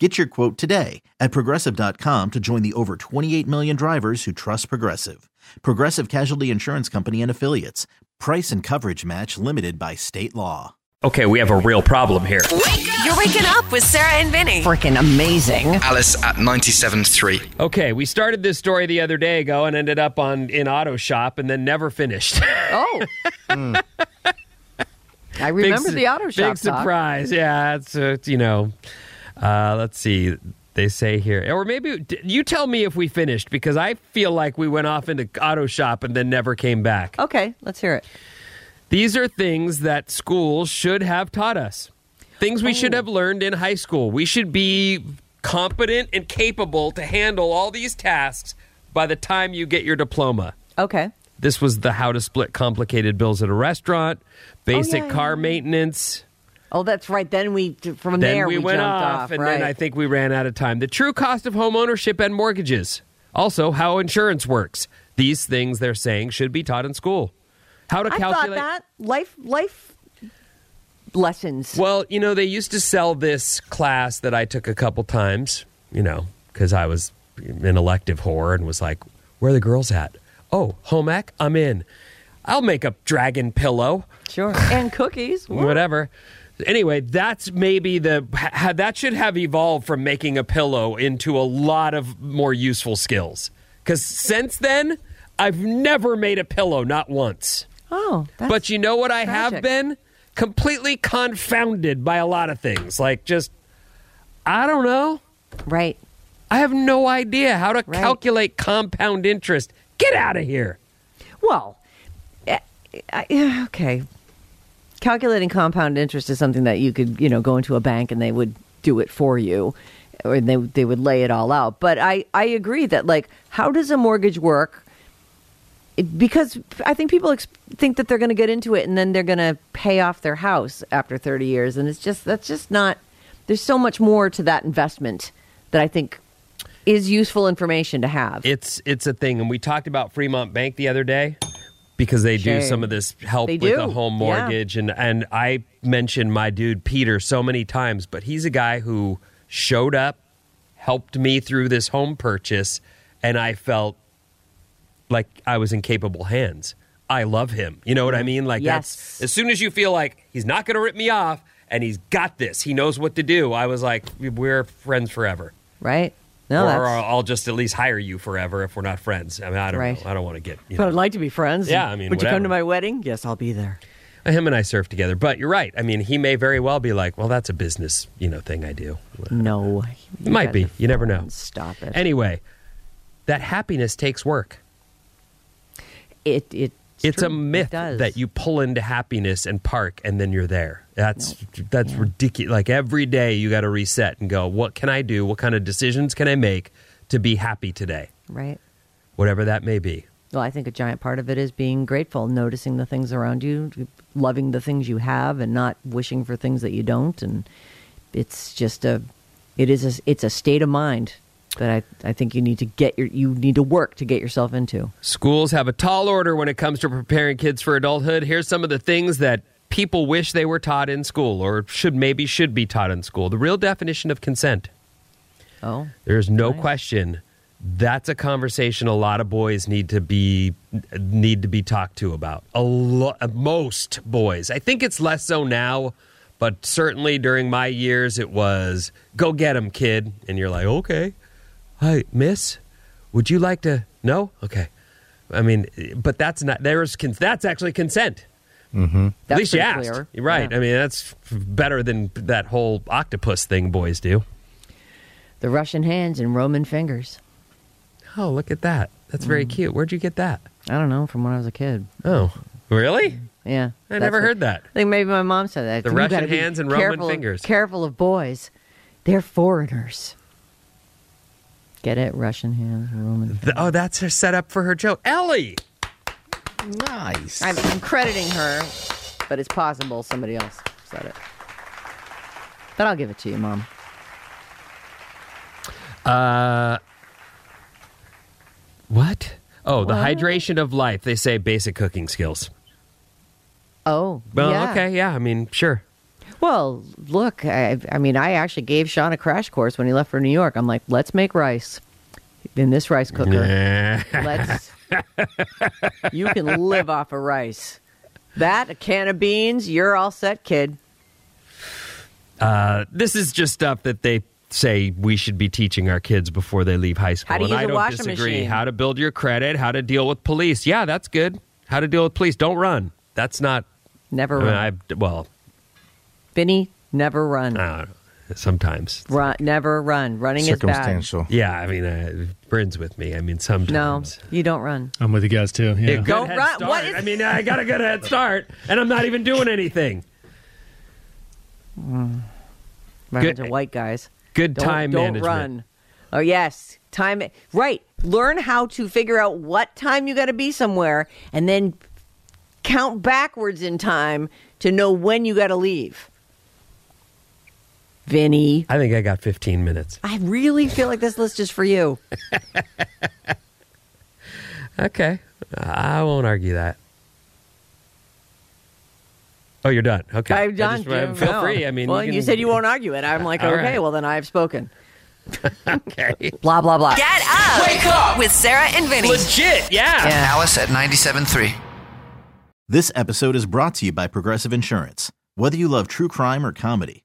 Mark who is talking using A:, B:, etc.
A: Get your quote today at progressive.com to join the over 28 million drivers who trust Progressive. Progressive Casualty Insurance Company and Affiliates. Price and coverage match limited by state law.
B: Okay, we have a real problem here.
C: You're waking up with Sarah and Vinny.
D: freaking amazing.
E: Alice at 97.3.
B: Okay, we started this story the other day ago and ended up on in auto shop and then never finished.
D: Oh. I remember
B: su-
D: the auto
B: Big
D: shop talk.
B: surprise. Yeah, it's uh, you know. Uh, let's see. They say here, or maybe d- you tell me if we finished because I feel like we went off into auto shop and then never came back.
D: Okay, let's hear it.
B: These are things that schools should have taught us. Things we
D: Oh.
B: should have learned in high school. We should be competent and capable to handle all these tasks by the time you get your diploma.
D: Okay.
B: This was the how to split complicated bills at a restaurant, basic
D: Oh, yeah,
B: car maintenance.
D: Oh, that's right. Then we from
B: Then
D: there
B: we,
D: we,
B: went
D: jumped
B: off,
D: off
B: and
D: right.
B: then I think we ran out of time. The true cost of home ownership and mortgages. Also, how insurance works. These things they're saying should be taught in school. How to
D: I thought
B: calculate.
D: that life life lessons.
B: Well, you know, they used to sell this class that I took a couple times, you know, because I was an elective whore and was like, where are the girls at? Oh, home ec? I'm in. I'll make a dragon pillow.
D: Sure. And cookies. Woo.
B: whatever. Anyway, that's maybe the ha, that should have evolved from making a pillow into a lot of more useful skills. Because since then, I've never made a pillow, not once.
D: Oh, that's
B: but you know what I have
D: tragic.
B: been completely confounded by a lot of things. Like just, I don't know.
D: right.
B: I have no idea how to
D: Right.
B: calculate compound interest. Get out of here.
D: Well, eh, I- eh, okay. Calculating compound interest is something that you could, you know, go into a bank and they would do it for you, or they they would lay it all out. But I I agree that like, how does a mortgage work? It- because I think people ex- think that they're going to get into it and then they're going to pay off their house after thirty years, and it's just that's just not. There's so much more to that investment that I think is useful information to have.
B: It's it's a thing, and we talked about Fremont Bank the other day because they do
D: Shame.
B: some of this help
D: They
B: with
D: do,
B: a home
D: yeah.
B: mortgage, and and I mentioned my dude Peter so many times, but he's a guy who showed up, helped me through this home purchase, and I felt like I was in capable hands. I love him. You know what I mean? Like
D: Mm-hmm. Yes.
B: that's as soon as you feel like he's not going to rip me off and he's got this, he knows what to do. I was like, we're friends forever
D: right? No,
B: or,
D: that's-
B: I'll- I'll just at least hire you forever if we're not friends. I mean, I don't
D: Right.
B: know. I don't want to get. You
D: But I'd
B: know.
D: like to be friends.
B: Yeah, I mean,
D: would you
B: whatever.
D: come to my wedding? Yes, I'll be there.
B: Him and I surf together, but you're right. I mean, he may very well be like, "Well, that's a business, you know, thing I do."
D: No,
B: It might be. You never know.
D: Stop it.
B: Anyway, that happiness takes work.
D: it it
B: It's a
D: true. It
B: myth
D: does.
B: that you pull into happiness and park, and then you're there. That's that's ridiculous. Like every day, you got to reset and go, "What can I do? What kind of decisions can I make to be happy today?
D: right.
B: Whatever that may be."
D: Well, I think a giant part of it is being grateful, noticing the things around you, loving the things you have, and not wishing for things that you don't. And it's just a it is a, it's a state of mind that I I think you need to get your you need to work to get yourself into.
B: Schools have a tall order when it comes to preparing kids for adulthood. Here's some of the things that people wish they were taught in school or should maybe should be taught in school. The real definition of consent.
D: Oh,
B: There's no question that's a conversation a lot of boys need to be need to be talked to about. A lo- most boys. I think it's less so now, but certainly during my years it was go get 'em kid and you're like, "Okay. Hi, miss, would you like to No? Okay. I mean, but that's not there's cons- that's actually consent.
D: that's
B: At least you
D: pretty
B: asked.
D: clear.
B: You're Right.
D: Yeah.
B: I mean, that's f- better than that whole octopus thing boys do.
D: The Russian hands and Roman fingers.
B: Oh, look at that. That's very cute. Where'd you get that?
D: I don't know from when I was a kid.
B: Mm. Oh, really?
D: Yeah,
B: I
D: that's
B: never
D: what-
B: heard that.
D: I think maybe my mom said that.
B: The
D: You
B: Russian
D: gotta be
B: hands and Roman
D: careful-
B: fingers.
D: Careful of boys. They're foreigners. Get it? Russian hands and Roman
B: Th- oh, that's her setup for her joke. Ellie!
F: Nice.
D: I'm, I'm crediting her, but it's possible somebody else said it. But I'll give it to you, Mom.
B: What? Oh, the hydration of life. They say basic cooking skills.
D: Oh,
B: Well,
D: yeah.
B: okay, yeah. I mean, sure.
D: Well, look, I, I mean, I actually gave Sean a crash course when he left for New York. I'm like, let's make rice in this rice cooker. Let's. you can live off of rice. That a can of beans, you're all set, kid.
B: Uh, this is just stuff that they say we should be teaching our kids before they leave high school.
D: How to
B: and
D: use
B: I
D: a
B: don't
D: washing
B: disagree.
D: machine.
B: How to build your credit, how to deal with police. Yeah, that's good. How to deal with police. Don't run. That's not.
D: Never
B: I mean,
D: run,
B: I, well,
D: Vinny. Never run.
B: uh, sometimes.
D: run. Never run. Running is bad.
F: Circumstantial.
B: Yeah, I mean, uh, Bryn's with me. I mean,
D: No,
B: sometimes.
D: you don't run.
G: I'm with you guys too.
B: Yeah,
G: Yeah.
B: good
D: Don't
B: head
D: run.
B: start.
D: What is-
B: I mean, I got a good head start, and I'm not even doing anything.
D: Run
B: Good-
D: into white guys.
B: Good
D: Don't,
B: time
D: don't
B: management.
D: run. Oh yes, time. Right. Learn how to figure out what time you got to be somewhere, and then count backwards in time to know when you got to leave. Vinny,
B: I think I got 15 minutes.
D: I really feel like this list is for you.
B: Okay. I won't argue that. Oh, you're done. Okay. I
D: I'm
B: just-
D: done.
B: uh,
D: Jim.
B: feel
D: No.
B: free. I mean,
D: well, you,
B: can-
D: said you won't argue it. I'm like,
B: All
D: okay,
B: right.
D: well then I've spoken.
B: Okay.
D: Blah blah blah.
C: Get up! Wake up! With Sarah and Vinny.
B: Legit. Yeah.
D: Yeah.
E: Alice at 97.3.
A: This episode is brought to you by Progressive Insurance. Whether you love true crime or comedy,